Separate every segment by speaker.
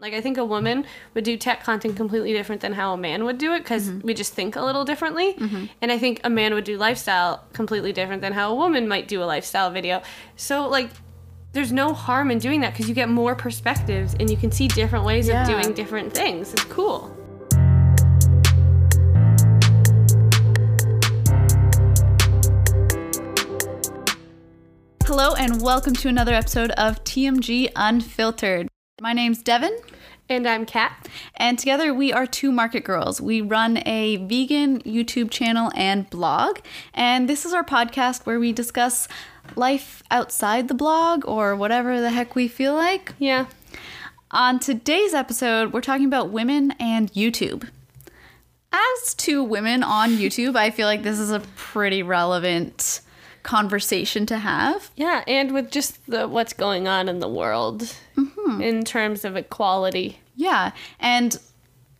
Speaker 1: Like I think a woman would do tech content completely different than how a man would do it because we just think a little differently. And I think a man would do lifestyle completely different than how a woman might do a lifestyle video. So like there's no harm in doing that because you get more perspectives and you can see different ways
Speaker 2: Yeah.
Speaker 1: of doing different things. It's cool.
Speaker 2: Hello, and welcome to another episode of TMG Unfiltered. My name's Devin,
Speaker 1: And I'm Kat.
Speaker 2: and together we are two market girls. We run a vegan YouTube channel and blog, and this is our podcast where we discuss life outside the blog or whatever the heck we feel like.
Speaker 1: Yeah.
Speaker 2: On today's episode, we're talking about women and YouTube. As to women on YouTube, I feel like this is a pretty relevant conversation to have.
Speaker 1: Yeah, and with just the what's going on in the world in terms of equality.
Speaker 2: Yeah. And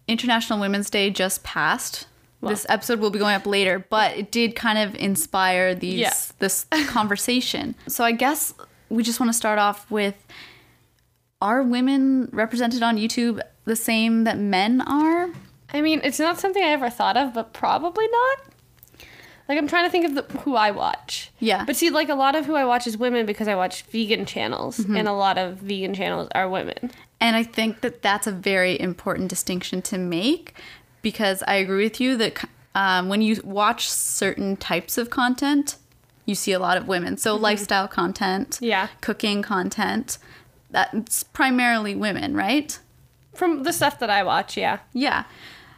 Speaker 2: International Women's Day just passed. this episode will be going up later, but it did kind of inspire these
Speaker 1: Yeah.
Speaker 2: this conversation. So I guess we just want to start off with are women represented on YouTube the same that men are?
Speaker 1: I mean, it's not something I ever thought of, but probably not. Like I'm trying to think of the, who I watch.
Speaker 2: Yeah.
Speaker 1: But see, like a lot of who I watch is women because I watch vegan channels, and a lot of vegan channels are women.
Speaker 2: And I think that that's a very important distinction to make because I agree with you that um, when you watch certain types of content, you see a lot of women. So lifestyle content,
Speaker 1: Yeah.
Speaker 2: cooking content, that's primarily women, right?
Speaker 1: From the stuff that I watch, yeah.
Speaker 2: Yeah.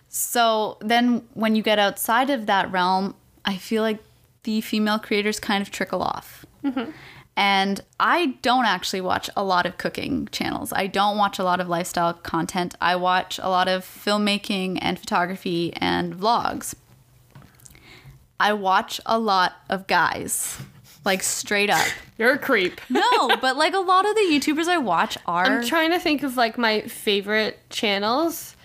Speaker 2: So then when you get outside of that realm, I feel like the female creators kind of trickle off. And I don't actually watch a lot of cooking channels. I don't watch a lot of lifestyle content. I watch a lot of filmmaking and photography and vlogs. I watch a lot of guys, like straight up.
Speaker 1: You're a creep.
Speaker 2: No, but like a lot of the YouTubers I watch are.
Speaker 1: I'm trying to think of like my favorite channels,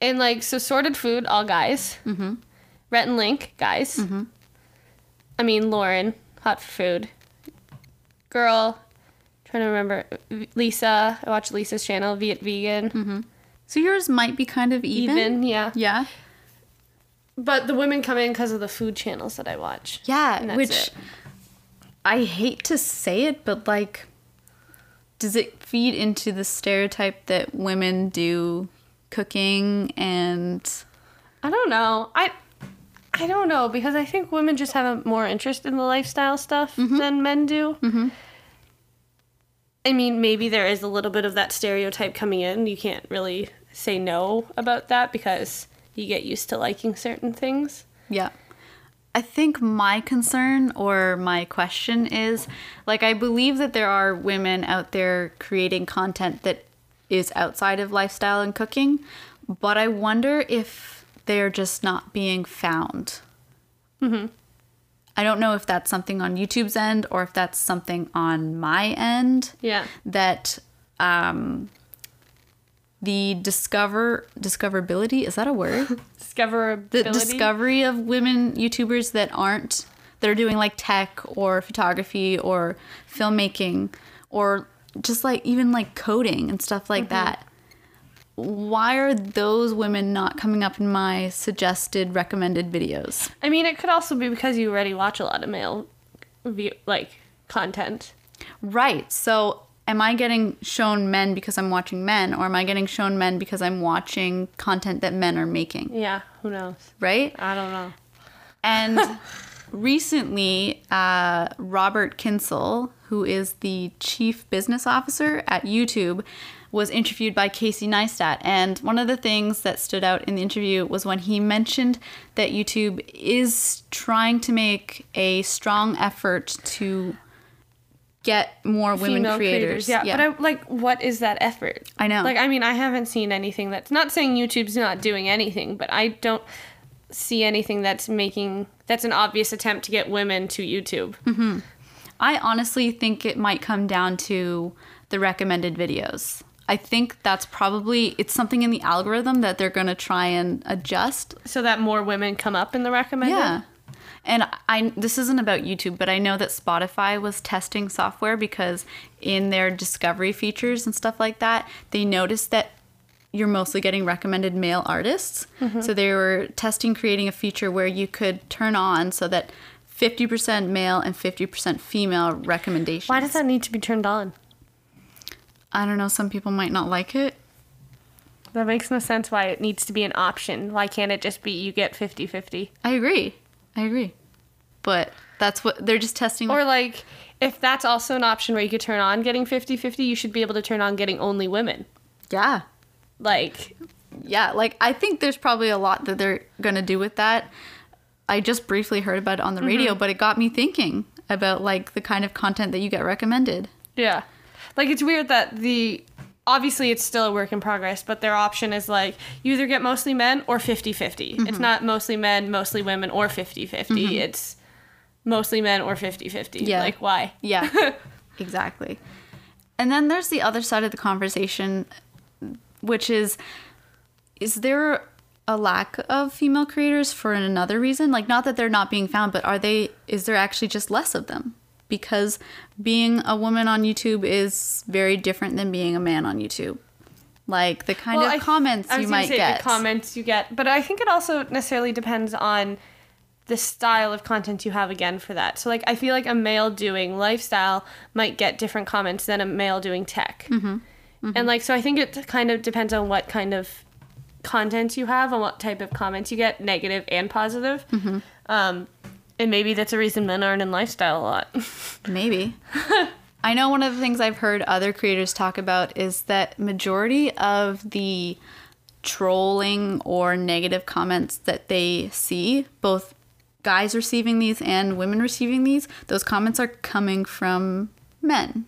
Speaker 1: and like so sorted food, all guys. Mm-hmm. Rhett and Link, guys. Mm-hmm. I mean Lauren, hot for food. Girl, trying to remember Lisa. I watch Lisa's channel, Viet Vegan.
Speaker 2: so yours might be kind of
Speaker 1: Mm-hmm. Even,
Speaker 2: even.
Speaker 1: yeah.
Speaker 2: Yeah.
Speaker 1: But the women come in because of the food channels that I watch.
Speaker 2: Yeah,
Speaker 1: And that's
Speaker 2: which
Speaker 1: it.
Speaker 2: I hate to say it, but like, does it feed into the stereotype that women do cooking and
Speaker 1: I don't know. I I don't know because I think women just have a more interest in the lifestyle stuff than men do. I mean, maybe there is a little bit of that stereotype coming in. You can't really say no about that because you get used to liking certain things.
Speaker 2: Yeah. I think my concern or my question is like, I believe that there are women out there creating content that is outside of lifestyle and cooking, but I wonder if they're just not being found. Mm-hmm. I don't know if that's something on YouTube's end or if that's something on my end
Speaker 1: Yeah.
Speaker 2: that um, the discover discoverability is that a word?
Speaker 1: Discoverability.
Speaker 2: the discovery of women YouTubers that aren't that are doing like tech or photography or filmmaking or just like even like coding and stuff like that. Why are those women not coming up in my suggested recommended videos?
Speaker 1: I mean, it could also be because you already watch a lot of male view, like content.
Speaker 2: Right. So am I getting shown men because I'm watching men or am I getting shown men because I'm watching content that men are making,
Speaker 1: Yeah, who knows?
Speaker 2: right?
Speaker 1: I don't know.
Speaker 2: And recently, uh, Robert Kinsel, who is the chief business officer at YouTube, was interviewed by Casey Neistat. And one of the things that stood out in the interview was when he mentioned that YouTube is trying to make a strong effort to get more women
Speaker 1: female
Speaker 2: creators.
Speaker 1: Yeah, but I, like, what is that effort?
Speaker 2: I know.
Speaker 1: Like, I mean, I haven't seen anything that's not saying YouTube's not doing anything, but I don't see anything that's making that's an obvious attempt to get women to YouTube.
Speaker 2: Mm. I honestly think it might come down to the recommended videos. I think that's probably it's something in the algorithm that they're going to try and adjust.
Speaker 1: So that more women come up in the recommended.
Speaker 2: Yeah. And I this isn't about YouTube, but I know that Spotify was testing software because in their discovery features and stuff like that, they noticed that you're mostly getting recommended male artists.
Speaker 1: Mm-hmm.
Speaker 2: So they were testing creating a feature where you could turn on so that 50% male and 50% female recommendations.
Speaker 1: Why does that need to be turned on?
Speaker 2: I don't know, some people might not like it.
Speaker 1: That makes no sense why it needs to be an option. Why can't it just be you get 50 50?
Speaker 2: I agree. I agree. But that's what they're just testing
Speaker 1: Or like, if that's also an option where you could turn on getting 50 50, you should be able to turn on getting only women.
Speaker 2: yeah.
Speaker 1: Like,
Speaker 2: yeah like i think there's probably a lot that they're going to do with that i just briefly heard about it on the radio but it got me thinking about like the kind of content that you get recommended
Speaker 1: Yeah. Like it's weird that the obviously it's still a work in progress, but their option is like you either get mostly men or 50-50. It's not mostly men, mostly women or 50-50. It's mostly men or 50-50.
Speaker 2: Yeah.
Speaker 1: Like why?
Speaker 2: yeah exactly and then there's the other side of the conversation which is is there a lack of female creators for another reason like not that they're not being found but are they is there actually just less of them because being a woman on youtube is very different than being a man on youtube like the kind of
Speaker 1: I-
Speaker 2: comments
Speaker 1: I was
Speaker 2: you
Speaker 1: gonna
Speaker 2: might
Speaker 1: say
Speaker 2: get
Speaker 1: The comments you get, but I think it also necessarily depends on the style of content you have again for that. So like I feel like a male doing lifestyle might get different comments than a male doing tech. Mm-hmm. And like so I think it kind of depends on what kind of content you have and what type of comments you get, negative and positive.
Speaker 2: Mm-hmm.
Speaker 1: Um, and maybe that's a reason men aren't in lifestyle a lot.
Speaker 2: Maybe. I know one of the things I've heard other creators talk about is that majority of the trolling or negative comments that they see, both guys receiving these and women receiving these, those comments are coming from men.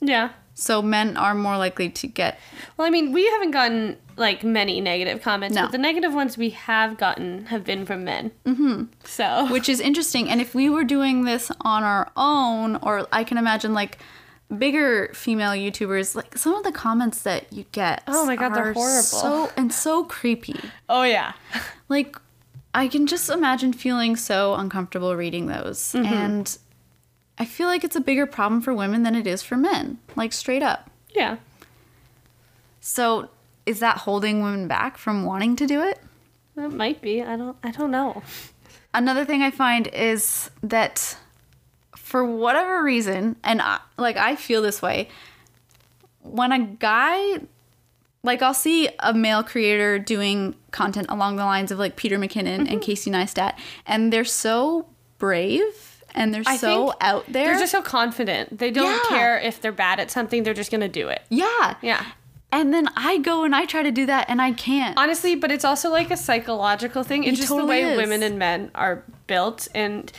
Speaker 1: yeah.
Speaker 2: So men are more likely to get
Speaker 1: Well, I mean, we haven't gotten like many negative comments,
Speaker 2: No.
Speaker 1: but the negative ones we have gotten have been from men. Mm-hmm. So
Speaker 2: which is interesting. And if we were doing this on our own, or I can imagine like bigger female YouTubers, like some of the comments that you get.
Speaker 1: Oh my God, they're
Speaker 2: are
Speaker 1: horrible.
Speaker 2: So and so creepy.
Speaker 1: oh yeah,
Speaker 2: Like I can just imagine feeling so uncomfortable reading those,
Speaker 1: Mm-hmm.
Speaker 2: and I feel like it's a bigger problem for women than it is for men. Like straight up.
Speaker 1: yeah.
Speaker 2: So is that holding women back from wanting to do it?
Speaker 1: That might be. I don't. I don't know.
Speaker 2: another thing I find is that for whatever reason, and I, like I feel this way, when a guy, like I'll see a male creator doing content along the lines of like Peter McKinnon
Speaker 1: Mm-hmm.
Speaker 2: and Casey Neistat, and they're so brave and they're so out there.
Speaker 1: They're just so confident. They don't
Speaker 2: Yeah.
Speaker 1: care if they're bad at something. They're just gonna do it.
Speaker 2: yeah.
Speaker 1: Yeah.
Speaker 2: And then I go and I try to do that and I can't.
Speaker 1: Honestly, but it's also like a psychological thing. It's just
Speaker 2: totally
Speaker 1: the way
Speaker 2: is.
Speaker 1: women and men are built and.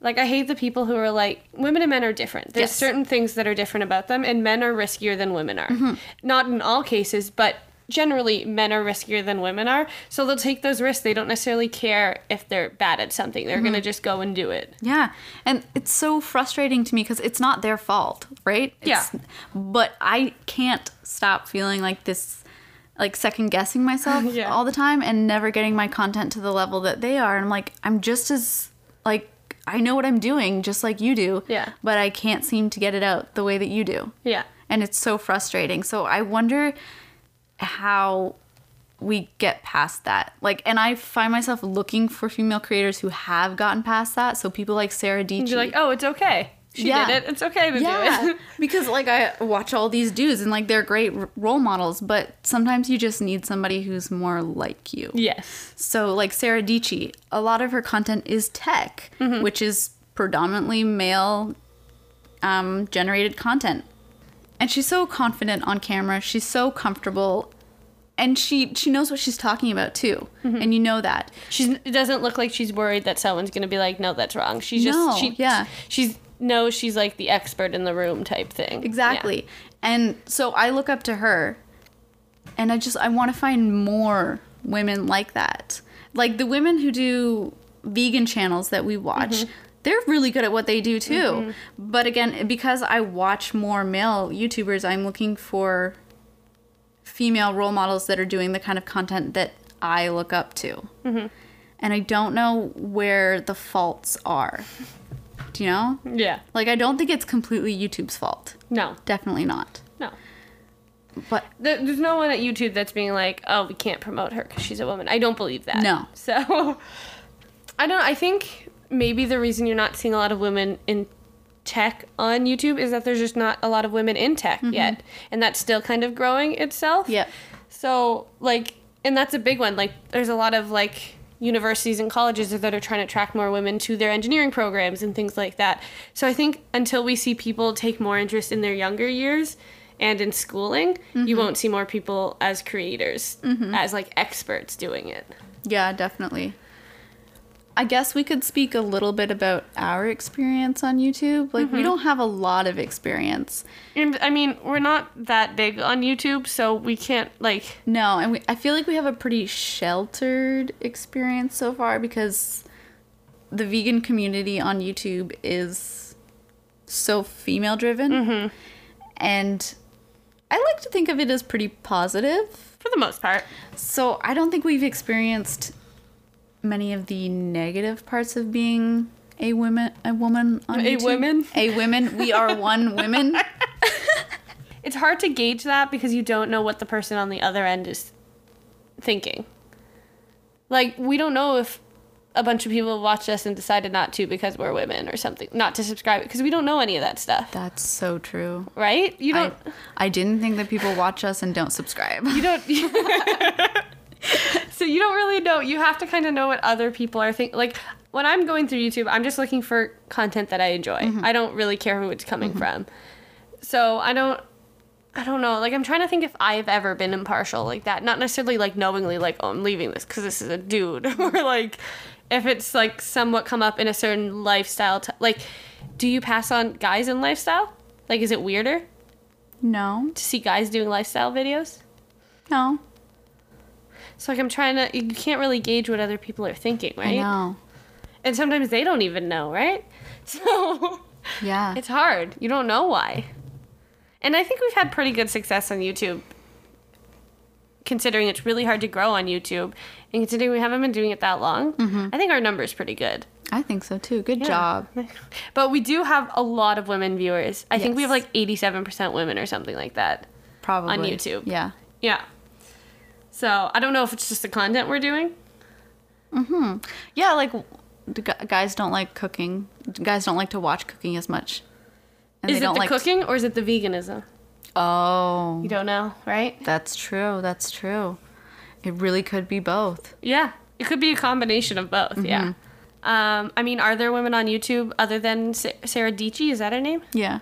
Speaker 1: Like I hate the people who are like women and men are different. There's
Speaker 2: Yes.
Speaker 1: certain things that are different about them, and men are riskier than women are.
Speaker 2: Mm-hmm.
Speaker 1: Not in all cases, but generally men are riskier than women are. So they'll take those risks. They don't necessarily care if they're bad at something. They're gonna
Speaker 2: Mm-hmm.
Speaker 1: just go and do it.
Speaker 2: Yeah. And it's so frustrating to me because it's not their fault, right? It's-
Speaker 1: Yeah.
Speaker 2: But I can't stop feeling like this, like second guessing myself
Speaker 1: Yeah.
Speaker 2: all the time and never getting my content to the level that they are. And I'm like, I'm just as, like, I know what I'm doing just like you do.
Speaker 1: Yeah.
Speaker 2: But I can't seem to get it out the way that you do.
Speaker 1: Yeah.
Speaker 2: And it's so frustrating. So I wonder how we get past that. Like, and I find myself looking for female creators who have gotten past that. So people like Sarah Dietz.
Speaker 1: You're like, oh, it's okay. She
Speaker 2: Yeah.
Speaker 1: did it. It's okay to do
Speaker 2: yeah,
Speaker 1: it.
Speaker 2: because like I watch all these dudes and like they're great r- role models, but sometimes you just need somebody who's more like you.
Speaker 1: yes.
Speaker 2: So like Sarah Dietz, a lot of her content is tech, which is predominantly male um, generated content. And she's so confident on camera. She's so comfortable. And she she knows what she's talking about too. And you know that.
Speaker 1: She doesn't look like she's worried that someone's going to be like, no, that's wrong. She's just,
Speaker 2: No,
Speaker 1: she,
Speaker 2: yeah.
Speaker 1: She's, no, she's like the expert in the room type thing.
Speaker 2: Exactly. And so I look up to her and I just I want to find more women like that. Like the women who do vegan channels that we watch, they're really good at what they do too. But again, because I watch more male YouTubers, I'm looking for female role models that are doing the kind of content that I look up to. and I don't know where the faults are. Do you know?
Speaker 1: Yeah.
Speaker 2: Like, I don't think it's completely YouTube's fault.
Speaker 1: No.
Speaker 2: Definitely not.
Speaker 1: No.
Speaker 2: But
Speaker 1: There- There's no one at YouTube that's being like, "Oh, we can't promote her because she's a woman." I don't believe that.
Speaker 2: No.
Speaker 1: So, I don't. I think maybe the reason you're not seeing a lot of women in tech on YouTube is that there's just not a lot of women in tech yet, and that's still kind of growing itself.
Speaker 2: Yep.
Speaker 1: So, like, and that's a big one. Like, there's a lot of like universities and colleges that are trying to attract more women to their engineering programs and things like that. So, I think until we see people take more interest in their younger years and in schooling, you won't see more people as creators, as like experts doing it.
Speaker 2: yeah, definitely. I guess we could speak a little bit about our experience on YouTube. Like, we don't have a lot of experience.
Speaker 1: And I mean, we're not that big on YouTube, so we can't like.
Speaker 2: No, and we, I feel like we have a pretty sheltered experience so far because the vegan community on YouTube is so female driven. And I like to think of it as pretty positive.
Speaker 1: For the most part,
Speaker 2: So I don't think we've experienced many of the negative parts of being a woman a woman on
Speaker 1: A
Speaker 2: YouTube.
Speaker 1: women?
Speaker 2: A women. We are one women.
Speaker 1: it's hard to gauge that because you don't know what the person on the other end is thinking. Like we don't know if a bunch of people watched us and decided not to because we're women or something, not to subscribe because we don't know any of that stuff,
Speaker 2: That's so true.
Speaker 1: right? You
Speaker 2: I,
Speaker 1: don't.
Speaker 2: I didn't think that people watch us and don't subscribe.
Speaker 1: You don't. so you don't really know. You have to kind of know what other people are thinking. Like when I'm going through YouTube, I'm just looking for content that I enjoy. I don't really care who it's coming from. So I don't. I don't know. Like I'm trying to think if I've ever been impartial like that. Not necessarily like knowingly, like oh I'm leaving this because this is a dude, or like if it's like somewhat come up in a certain lifestyle. T- like, do you pass on guys in lifestyle? Like, is it weirder
Speaker 2: No,
Speaker 1: to see guys doing lifestyle videos?
Speaker 2: no.
Speaker 1: So like I'm trying to you can't really gauge what other people are thinking,
Speaker 2: I
Speaker 1: right?
Speaker 2: know.
Speaker 1: And sometimes they don't even know, right? So
Speaker 2: Yeah.
Speaker 1: it's hard. You don't know why. And I think we've had pretty good success on YouTube considering it's really hard to grow on YouTube and considering we haven't been doing it that long. I think our number's pretty good.
Speaker 2: I think so too. Good
Speaker 1: Yeah.
Speaker 2: Mm-hmm. job.
Speaker 1: But we do have a lot of women viewers. I think we have
Speaker 2: Yes.
Speaker 1: like 87% women or something like that.
Speaker 2: Probably
Speaker 1: YouTube.
Speaker 2: Yeah.
Speaker 1: Yeah. So, I don't know if it's just the content we're doing.
Speaker 2: Hmm. Yeah, like the gu- guys don't like cooking. Guys don't like to watch cooking as much. And
Speaker 1: Is it the
Speaker 2: like
Speaker 1: cooking or is it the veganism?
Speaker 2: Oh,
Speaker 1: You don't know, right?
Speaker 2: that's true. That's true. It really could be both.
Speaker 1: Yeah. It could be a combination of both. Yeah. Um, I mean, are there women on YouTube other than Sa- Sarah Dici? Is that her name?
Speaker 2: Yeah.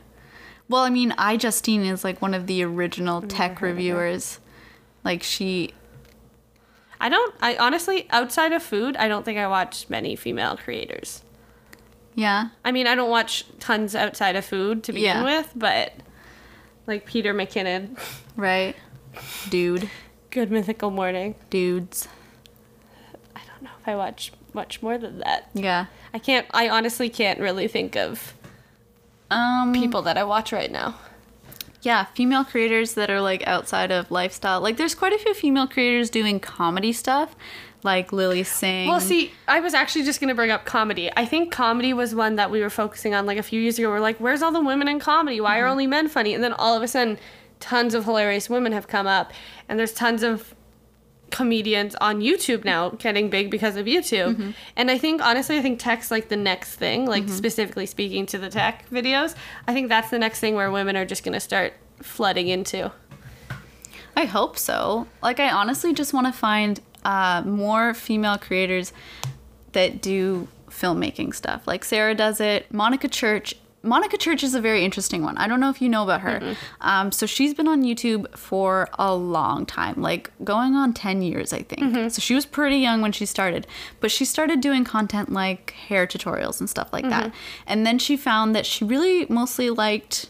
Speaker 2: Well, I mean, I Justine is like one of the original tech reviewers. Like she
Speaker 1: I don't. I honestly, outside of food, I don't think I watch many female creators.
Speaker 2: yeah.
Speaker 1: I mean, I don't watch tons outside of food to begin
Speaker 2: Yeah.
Speaker 1: with, but like Peter McKinnon,
Speaker 2: Right. Dude.
Speaker 1: Good Mythical Morning.
Speaker 2: Dudes.
Speaker 1: I don't know if I watch much more than that.
Speaker 2: Yeah.
Speaker 1: I can't. I honestly can't really think of
Speaker 2: Um
Speaker 1: people that I watch right now.
Speaker 2: Yeah, female creators that are like outside of lifestyle. Like there's quite a few female creators doing comedy stuff, like Lily Singh.
Speaker 1: Well, see, I was actually just going to bring up comedy. I think comedy was one that we were focusing on like a few years ago. We're like, where's all the women in comedy? Why are
Speaker 2: Mm-hmm.
Speaker 1: only men funny? And then all of a sudden, tons of hilarious women have come up, and there's tons of comedians on YouTube now getting big because of YouTube.
Speaker 2: Mm-hmm.
Speaker 1: And I think honestly, I think tech's like the next thing. Like specifically speaking to the tech videos, I think that's the next thing where women are just going to start flooding into.
Speaker 2: I hope so. Like I honestly just want to find uh, more female creators that do filmmaking stuff. Like Sarah does it. Monica Church. Monica Church is a very interesting one. I don't know if you know about her. Um, so she's been on YouTube for a long time, like going on 10 years, I think.
Speaker 1: Mm-hmm.
Speaker 2: So she was pretty young when she started, but she started doing content like hair tutorials and stuff like that.
Speaker 1: Mm-hmm.
Speaker 2: And then she found that she really mostly liked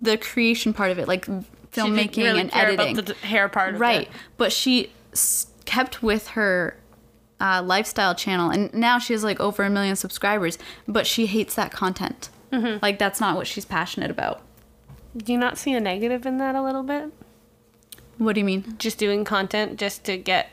Speaker 2: the creation part of it, like
Speaker 1: She didn't
Speaker 2: filmmaking
Speaker 1: really
Speaker 2: and
Speaker 1: care
Speaker 2: editing
Speaker 1: about the d- hair part, of
Speaker 2: right
Speaker 1: it.
Speaker 2: but she s- kept with her uh, lifestyle channel and now she has like over a million subscribers but she hates that content
Speaker 1: Mm-hmm.
Speaker 2: like that's not what she's passionate about
Speaker 1: Do you not see a negative in that a little bit?
Speaker 2: what do you mean
Speaker 1: just doing content just to get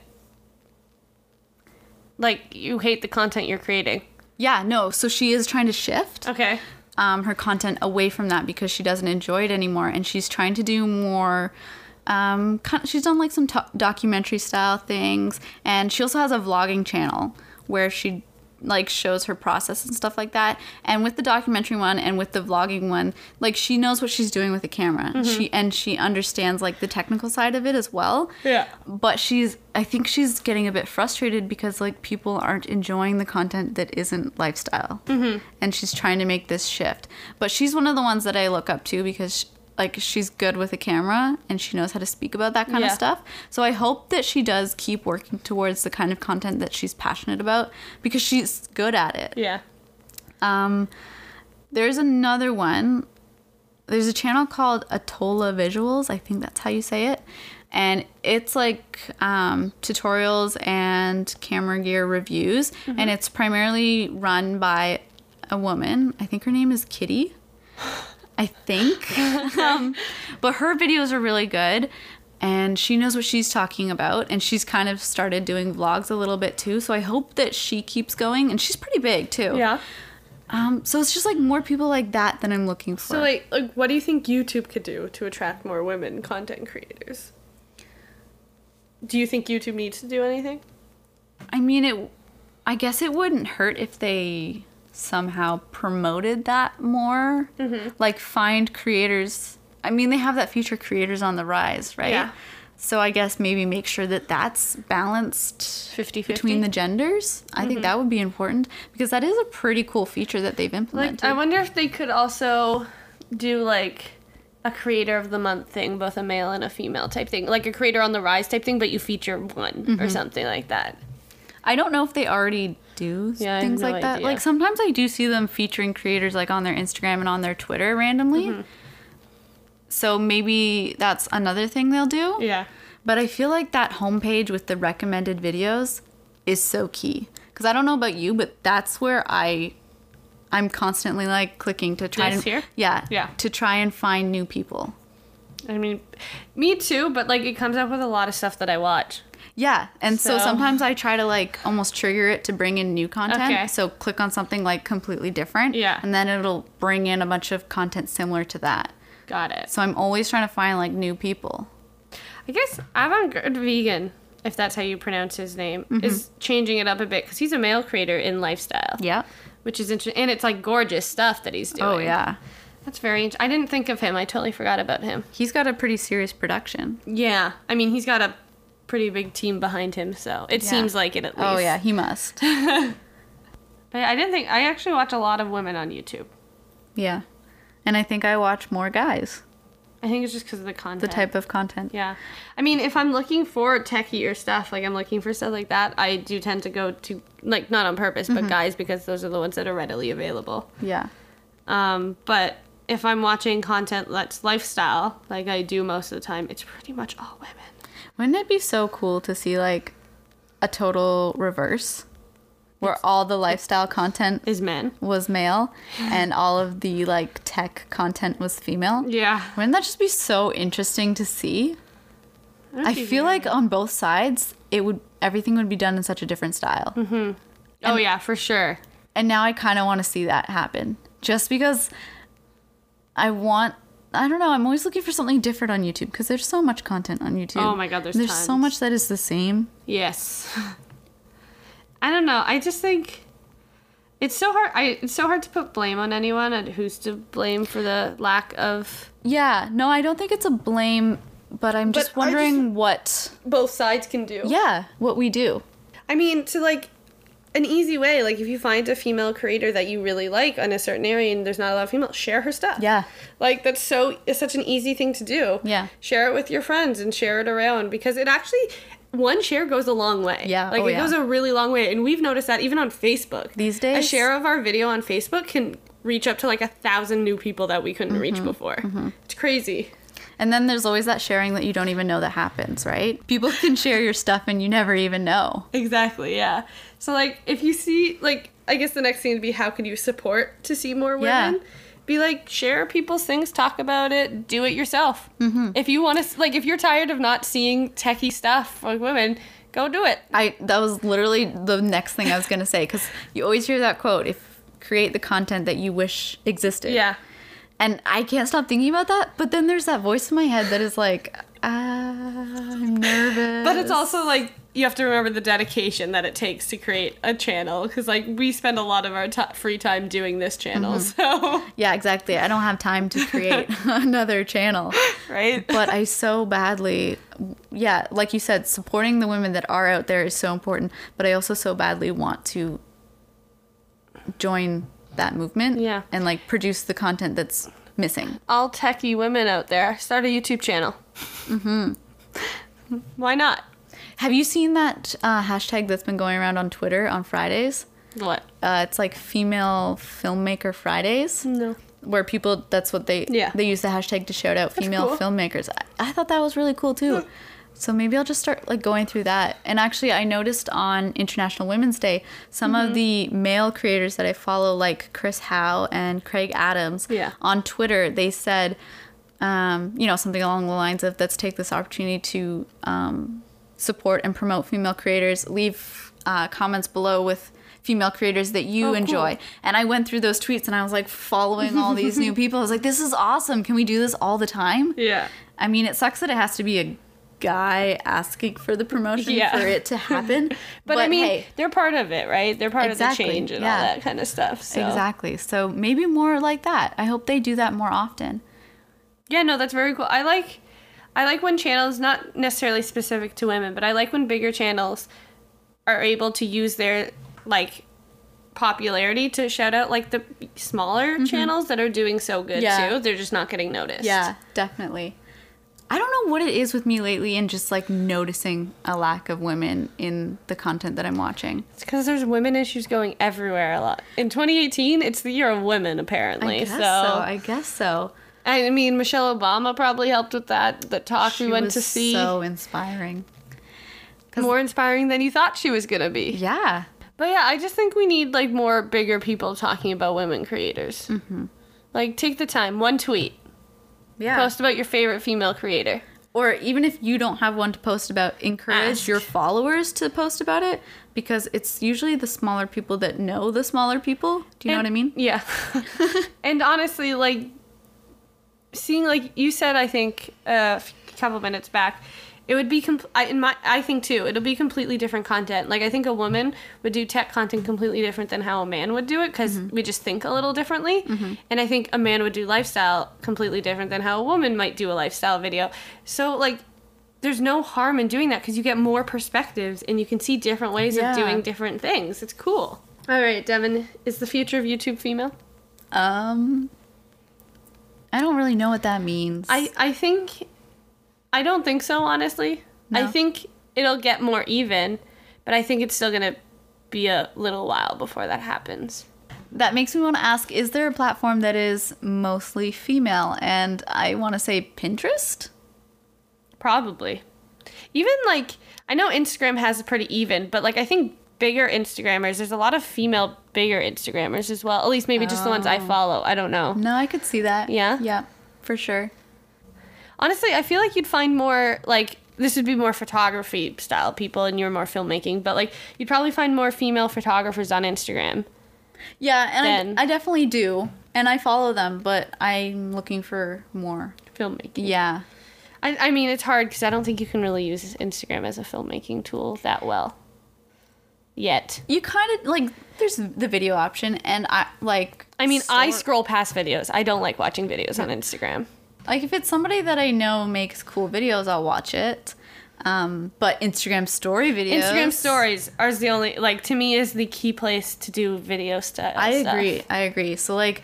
Speaker 1: Like you hate the content you're creating.
Speaker 2: Yeah, no. So she is trying to shift
Speaker 1: Okay.
Speaker 2: um, her content away from that because she doesn't enjoy it anymore, and she's trying to do more. Um, kind she's done like some to documentary style things, and she also has a vlogging channel where she like shows her process and stuff like that. And with the documentary one and with the vlogging one, like she knows what she's doing with the camera. She and she understands like the technical side of it as well
Speaker 1: Yeah.
Speaker 2: but she's i think she's getting a bit frustrated because like people aren't enjoying the content that isn't lifestyle mm-hmm. and she's trying to make this shift but she's one of the ones that i look up to because like she's good with a camera and she knows how to speak about that kind
Speaker 1: Yeah.
Speaker 2: of stuff so i hope that she does keep working towards the kind of content that she's passionate about because she's good at it
Speaker 1: Yeah.
Speaker 2: um, there's another one. There's a channel called Atola Visuals. I think that's how you say it. And it's like um, tutorials and camera gear reviews. And it's primarily run by a woman. I think her name is Kitty. I think. um, but her videos are really good. And she knows what she's talking about. And she's kind of started doing vlogs a little bit too. So I hope that she keeps going. And she's pretty big too.
Speaker 1: Yeah.
Speaker 2: Um, so it's just like more people like that that I'm looking for.
Speaker 1: So like like what do you think YouTube could do to attract more women content creators? Do you think YouTube needs to do anything?
Speaker 2: I mean, it. I guess it wouldn't hurt if they somehow promoted that more.
Speaker 1: Mm-hmm.
Speaker 2: Like find creators. I mean, they have that feature creators on the rise, right?
Speaker 1: Yeah.
Speaker 2: So I guess maybe make sure that that's balanced
Speaker 1: 50-50?
Speaker 2: between the genders. I
Speaker 1: Mm-hmm.
Speaker 2: think that would be important because that is a pretty cool feature that they've implemented.
Speaker 1: Like I wonder if they could also do like a creator of the month thing, both a male and a female type thing. Like a creator on the rise type thing, but you feature one or something like that.
Speaker 2: I don't know if they already do s-
Speaker 1: Yeah, I have
Speaker 2: things
Speaker 1: no
Speaker 2: like that.
Speaker 1: idea.
Speaker 2: Like sometimes I do see them featuring creators like on their Instagram and on their Twitter randomly.
Speaker 1: Mm-hmm.
Speaker 2: So maybe that's another thing they'll do.
Speaker 1: Yeah.
Speaker 2: But I feel like that homepage with the recommended videos is so key. Cuz I don't know about you, but that's where I I'm constantly like clicking to try
Speaker 1: This
Speaker 2: and
Speaker 1: here?
Speaker 2: yeah,
Speaker 1: Yeah.
Speaker 2: to try and find new people.
Speaker 1: I mean me too, but like it comes up with a lot of stuff that I watch.
Speaker 2: Yeah, and so,
Speaker 1: So-
Speaker 2: sometimes I try to like almost trigger it to bring in new content.
Speaker 1: Okay.
Speaker 2: So click on something like completely different.
Speaker 1: Yeah.
Speaker 2: And then it'll bring in a bunch of content similar to that.
Speaker 1: Got it.
Speaker 2: So I'm always trying to find like new people.
Speaker 1: I guess avant-garde vegan, if that's how you pronounce his name,
Speaker 2: Mm-hmm.
Speaker 1: is changing it up a bit because he's a male creator in lifestyle.
Speaker 2: Yeah.
Speaker 1: which is interesting, and it's like gorgeous stuff that he's doing.
Speaker 2: Oh yeah.
Speaker 1: that's very. int- I didn't think of him. I totally forgot about him.
Speaker 2: He's got a pretty serious production.
Speaker 1: Yeah, I mean he's got a pretty big team behind him, so it
Speaker 2: Yeah.
Speaker 1: seems like it at least.
Speaker 2: Oh yeah, he must.
Speaker 1: but I didn't think I actually watch a lot of women on YouTube.
Speaker 2: yeah. And I think I watch more guys.
Speaker 1: I think it's just because of the content.
Speaker 2: The type of content.
Speaker 1: Yeah, I mean if I'm looking for techier stuff, like I'm looking for stuff like that, I do tend to go to like not on purpose, but guys because those are the ones that are readily available.
Speaker 2: Yeah.
Speaker 1: Um, but if I'm watching content that's lifestyle, like I do most of the time, it's pretty much all women.
Speaker 2: Wouldn't it be so cool to see like a total reverse where all the lifestyle content
Speaker 1: Is men.
Speaker 2: was male and all of the like tech content was female.
Speaker 1: Yeah.
Speaker 2: Wouldn't that just be so interesting to see? I feel like on both sides, it would everything would be done in such a different style.
Speaker 1: Oh yeah, for sure.
Speaker 2: And now I kind of want to see that happen just because I want I don't know, I'm always looking for something different on YouTube because there's so much content on YouTube.
Speaker 1: Oh my God, there's
Speaker 2: There's so
Speaker 1: tons.
Speaker 2: much that is the same.
Speaker 1: Yes. I don't know. I just think it's so hard. I it's so hard to put blame on anyone and who's to blame for the lack of.
Speaker 2: Yeah, no, I don't think it's a blame, but I'm
Speaker 1: But
Speaker 2: just
Speaker 1: I just- Oh.
Speaker 2: wondering what
Speaker 1: Both sides can do.
Speaker 2: yeah, what we do.
Speaker 1: I mean, to like an easy way, like if you find a female creator that you really like in a certain area and there's not a lot of females, share her stuff.
Speaker 2: Yeah.
Speaker 1: Like that's so it's such an easy thing to do.
Speaker 2: Yeah.
Speaker 1: Share it with your friends and share it around because it actually one share goes a long way.
Speaker 2: Yeah,
Speaker 1: Like
Speaker 2: oh
Speaker 1: it
Speaker 2: yeah.
Speaker 1: goes a really long way. And we've noticed that even on Facebook.
Speaker 2: These
Speaker 1: A
Speaker 2: days?
Speaker 1: share of our video on Facebook can reach up to like a thousand new people that we couldn't
Speaker 2: Mm-hmm.
Speaker 1: reach before. It's crazy.
Speaker 2: And then there's always that sharing that you don't even know that happens, right? People can share your stuff and you never even know.
Speaker 1: Exactly, yeah. So like if you see like I guess the next thing would be how could you support to see more
Speaker 2: Yeah.
Speaker 1: women? Be like share people's things, talk about it, Mm-hmm. do it yourself. If you want to like if you're tired of not seeing techie stuff like women, Go do it.
Speaker 2: I that was literally the next thing I was gonna say because you always hear that quote: "If create the content that you wish existed."
Speaker 1: Yeah.
Speaker 2: And I can't stop thinking about that. But then there's that voice in my head that is like, "Ah, I'm nervous.
Speaker 1: But it's also like you have to remember the dedication that it takes to create a channel because like we spend a lot of our ti free time doing this channel. So
Speaker 2: yeah, exactly. I don't have time to create another channel.
Speaker 1: right.
Speaker 2: But I so badly, yeah, like you said, supporting the women that are out there is so important. But I also so badly want to join that movement
Speaker 1: Yeah.
Speaker 2: and like produce the content that's missing.
Speaker 1: all techie women out there, start a YouTube channel. Mm-hmm. Why not?
Speaker 2: Have you seen that uh, hashtag that's been going around on Twitter on Fridays?
Speaker 1: What?
Speaker 2: Uh, it's like female filmmaker Fridays.
Speaker 1: No.
Speaker 2: where people that's what they
Speaker 1: Yeah.
Speaker 2: they use the hashtag to shout out female
Speaker 1: cool. Hmm.
Speaker 2: filmmakers I, I thought that was really cool too so maybe i'll just start like going through that and actually i noticed on international women's day some
Speaker 1: Mm-hmm.
Speaker 2: of the male creators that i follow like chris howe and craig adams
Speaker 1: Yeah.
Speaker 2: on twitter they said um, you know something along the lines of let's take this opportunity to um, support and promote female creators leave uh, comments below with female creators that you
Speaker 1: Oh, cool.
Speaker 2: enjoy and I went through those tweets and I was like following all these new people. I was like, this is awesome. Can we do this all the time?
Speaker 1: Yeah.
Speaker 2: I mean, it sucks that it has to be a guy asking for the promotion
Speaker 1: Yeah.
Speaker 2: for it to happen.
Speaker 1: But, I mean,
Speaker 2: hey,
Speaker 1: they're part of it, right? They're part
Speaker 2: Exactly,
Speaker 1: of the change and all
Speaker 2: yeah.
Speaker 1: that kind of stuff. So.
Speaker 2: exactly. So maybe more like that. I hope they do that more often.
Speaker 1: Yeah, no, that's very cool. I like I like when channels not necessarily specific to women, but I like when bigger channels are able to use their like popularity to shout out like the smaller channels that are doing so good
Speaker 2: Mm-hmm. Yeah.
Speaker 1: too. They're just not getting noticed.
Speaker 2: definitely. I don't know what it is with me lately and just like noticing a lack of women in the content that I'm watching.
Speaker 1: It's because there's women issues going everywhere a lot. In 2018, it's the year of women apparently.
Speaker 2: I guess so.
Speaker 1: so,
Speaker 2: I guess so.
Speaker 1: I, mean, Michelle Obama probably helped with that. The talk
Speaker 2: She
Speaker 1: we went
Speaker 2: was
Speaker 1: to see
Speaker 2: so inspiring.
Speaker 1: more inspiring than you thought she was gonna be.
Speaker 2: Yeah.
Speaker 1: But yeah, I just think we need like more bigger people talking about women creators. Mm-hmm. Like, take the time, one tweet,
Speaker 2: Yeah.
Speaker 1: post about your favorite female creator.
Speaker 2: or even if you don't have one to post about, encourage
Speaker 1: Ask.
Speaker 2: your followers to post about it because it's usually the smaller people that know the smaller people. Do you know what I mean?
Speaker 1: Yeah. and honestly, like, seeing like you said, I think uh, a f- couple minutes back, it would be compl- I, in my I think too. It'll be completely different content. Like, I think a woman would do tech content completely different than how a man would do it because
Speaker 2: Mm-hmm.
Speaker 1: we just think a little differently. And I think a man would do lifestyle completely different than how a woman might do a lifestyle video. So like. There's no harm in doing that because you get more perspectives and you can see different ways
Speaker 2: Yeah.
Speaker 1: of doing different things. It's cool. All right, Devin, is the future of YouTube female?
Speaker 2: Um, I don't really know what that means.
Speaker 1: I, I think I don't think so, honestly. I
Speaker 2: No?
Speaker 1: think it'll get more even, but I think it's still gonna be a little while before that happens.
Speaker 2: that makes me want to ask: Is there a platform that is mostly female? And I want to say Pinterest.
Speaker 1: Probably. Even like I know Instagram has a pretty even, but like I think bigger Instagrammers, there's a lot of female bigger Instagrammers as well. At least maybe just the ones
Speaker 2: Oh.
Speaker 1: I follow. I don't know.
Speaker 2: No, I could see that.
Speaker 1: Yeah?
Speaker 2: Yeah, for sure.
Speaker 1: Honestly, I feel like you'd find more like this would be more photography style people and you're more filmmaking, but like you'd probably find more female photographers on Instagram.
Speaker 2: Yeah,
Speaker 1: Then-
Speaker 2: and I, I definitely do, and I follow them, but I'm looking for more.
Speaker 1: Filmmaking.
Speaker 2: Yeah.
Speaker 1: I, I mean, it's hard because I don't think you can really use Instagram as a filmmaking tool that well. Yet.
Speaker 2: you kind of like there's the video option and i like
Speaker 1: I mean, I
Speaker 2: sort-
Speaker 1: scroll past videos. I don't like watching videos on Instagram.
Speaker 2: like if it's somebody that i know makes cool videos i'll watch it um but instagram story videos
Speaker 1: Instagram stories are the only, like, to me, is the key place to do video style.
Speaker 2: i
Speaker 1: stuff.
Speaker 2: agree i agree so like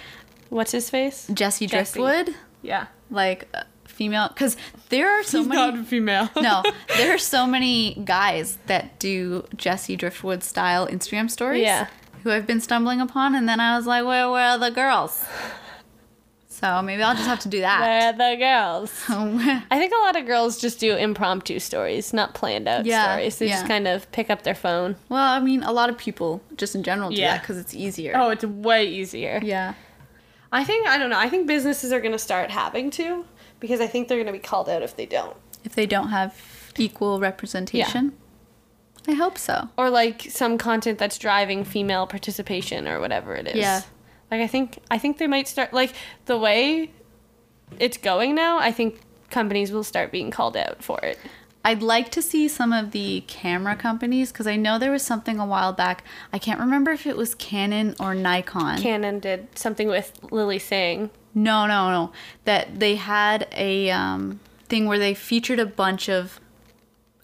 Speaker 1: What's his face?
Speaker 2: jesse
Speaker 1: Jesse.
Speaker 2: driftwood
Speaker 1: Yeah.
Speaker 2: like uh, female because there are so many
Speaker 1: female.
Speaker 2: no there are so many guys that do jesse driftwood style instagram stories
Speaker 1: Yeah.
Speaker 2: who i've been stumbling upon and then i was like where where are the girls so maybe i'll just have to do that
Speaker 1: Where are Uh, the girls? I think a lot of girls just do impromptu stories, not planned out
Speaker 2: Yeah,
Speaker 1: stories. They just
Speaker 2: yeah.
Speaker 1: kind of pick up their phone.
Speaker 2: Well, I mean, a lot of people just in general do that 'cause
Speaker 1: Yeah.
Speaker 2: that because it's easier.
Speaker 1: Oh, it's way easier.
Speaker 2: yeah.
Speaker 1: I think I don't know. I think businesses are going to start having to because I think they're going to be called out if they don't.
Speaker 2: If they don't have equal representation. I hope so.
Speaker 1: or like some content that's driving female participation or whatever it is.
Speaker 2: Yeah.
Speaker 1: Like I think I think they might start like the way it's going now, I think companies will start being called out for it.
Speaker 2: I'd like to see some of the camera companies because I know there was something a while back. I can't remember if it was Canon or Nikon.
Speaker 1: Canon did something with Lily Singh.
Speaker 2: no, no, no. That they had a um, thing where they featured a bunch of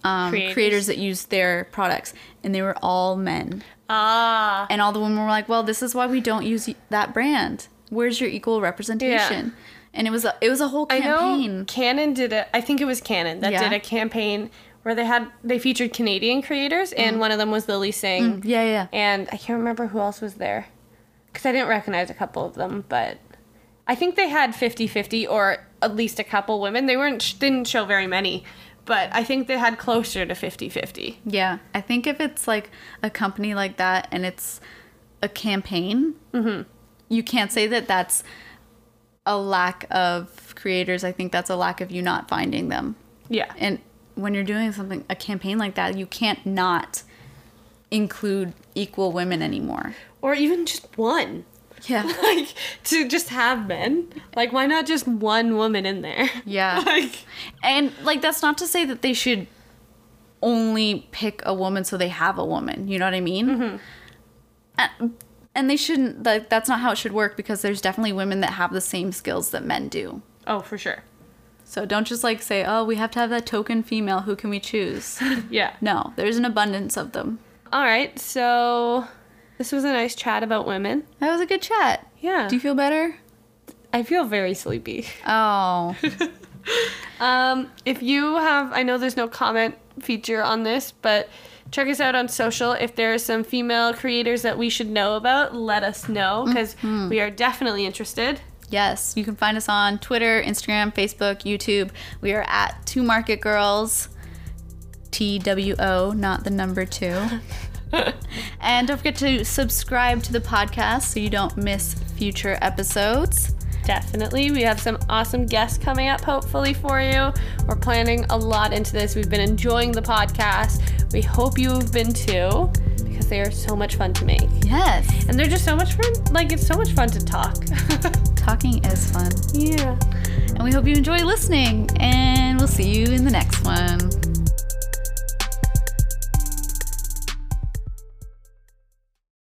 Speaker 2: um,
Speaker 1: Creators.
Speaker 2: creators. that used their products, and they were all men.
Speaker 1: Ah.
Speaker 2: And all the women were like, "Well, this is why we don't use y- that brand. Where's your equal representation?" And it was a, it was a whole
Speaker 1: I know
Speaker 2: campaign.
Speaker 1: Canon did a I think it was Canon that
Speaker 2: Yeah.
Speaker 1: did a campaign where they had they featured Canadian creators and
Speaker 2: Mm.
Speaker 1: one of them was Lily Singh
Speaker 2: Yeah, yeah, yeah.
Speaker 1: and I can't remember who else was there because I didn't recognize a couple of them, but I think they had 50-50 or at least a couple women. They weren't sh- didn't show very many, but I think they had closer to 50-50.
Speaker 2: Yeah, I think if it's like a company like that and it's a campaign,
Speaker 1: Mm-hmm.
Speaker 2: you can't say that that's a lack of creators. I think that's a lack of you not finding them.
Speaker 1: Yeah.
Speaker 2: And when you're doing something, a campaign like that, you can't not include equal women anymore.
Speaker 1: Or even just one.
Speaker 2: Yeah.
Speaker 1: Like to just have men. Like why not just one woman in there?
Speaker 2: Yeah.
Speaker 1: like
Speaker 2: And like, that's not to say that they should only pick a woman so they have a woman. You know what I mean? And, and they shouldn't, like, that's not how it should work because there's definitely women that have the same skills that men do.
Speaker 1: oh, for sure.
Speaker 2: So don't just like say, oh, we have to have that token female. Who can we choose?
Speaker 1: Yeah.
Speaker 2: no, there's an abundance of them.
Speaker 1: All right. So this was a nice chat about women.
Speaker 2: That was a good chat.
Speaker 1: Yeah.
Speaker 2: Do you feel better?
Speaker 1: I feel very sleepy.
Speaker 2: Oh.
Speaker 1: Um, if you have, I know there's no comment feature on this, but check us out on social. If there are some female creators that we should know about, let us know because we are definitely interested.
Speaker 2: Yes, you can find us on Twitter, Instagram, Facebook, YouTube. We are at Two Market Girls, T W O, not the number two. and don't forget to subscribe to the podcast so you don't miss future episodes.
Speaker 1: Definitely. We have some awesome guests coming up, hopefully, for you. We're planning a lot into this. We've been enjoying the podcast. We hope you've been too because they are so much fun to make.
Speaker 2: Yes,
Speaker 1: And they're just so much fun. Like, it's so much fun to talk.
Speaker 2: talking is fun.
Speaker 1: yeah.
Speaker 2: And we hope you enjoy listening, and we'll see you in the next one.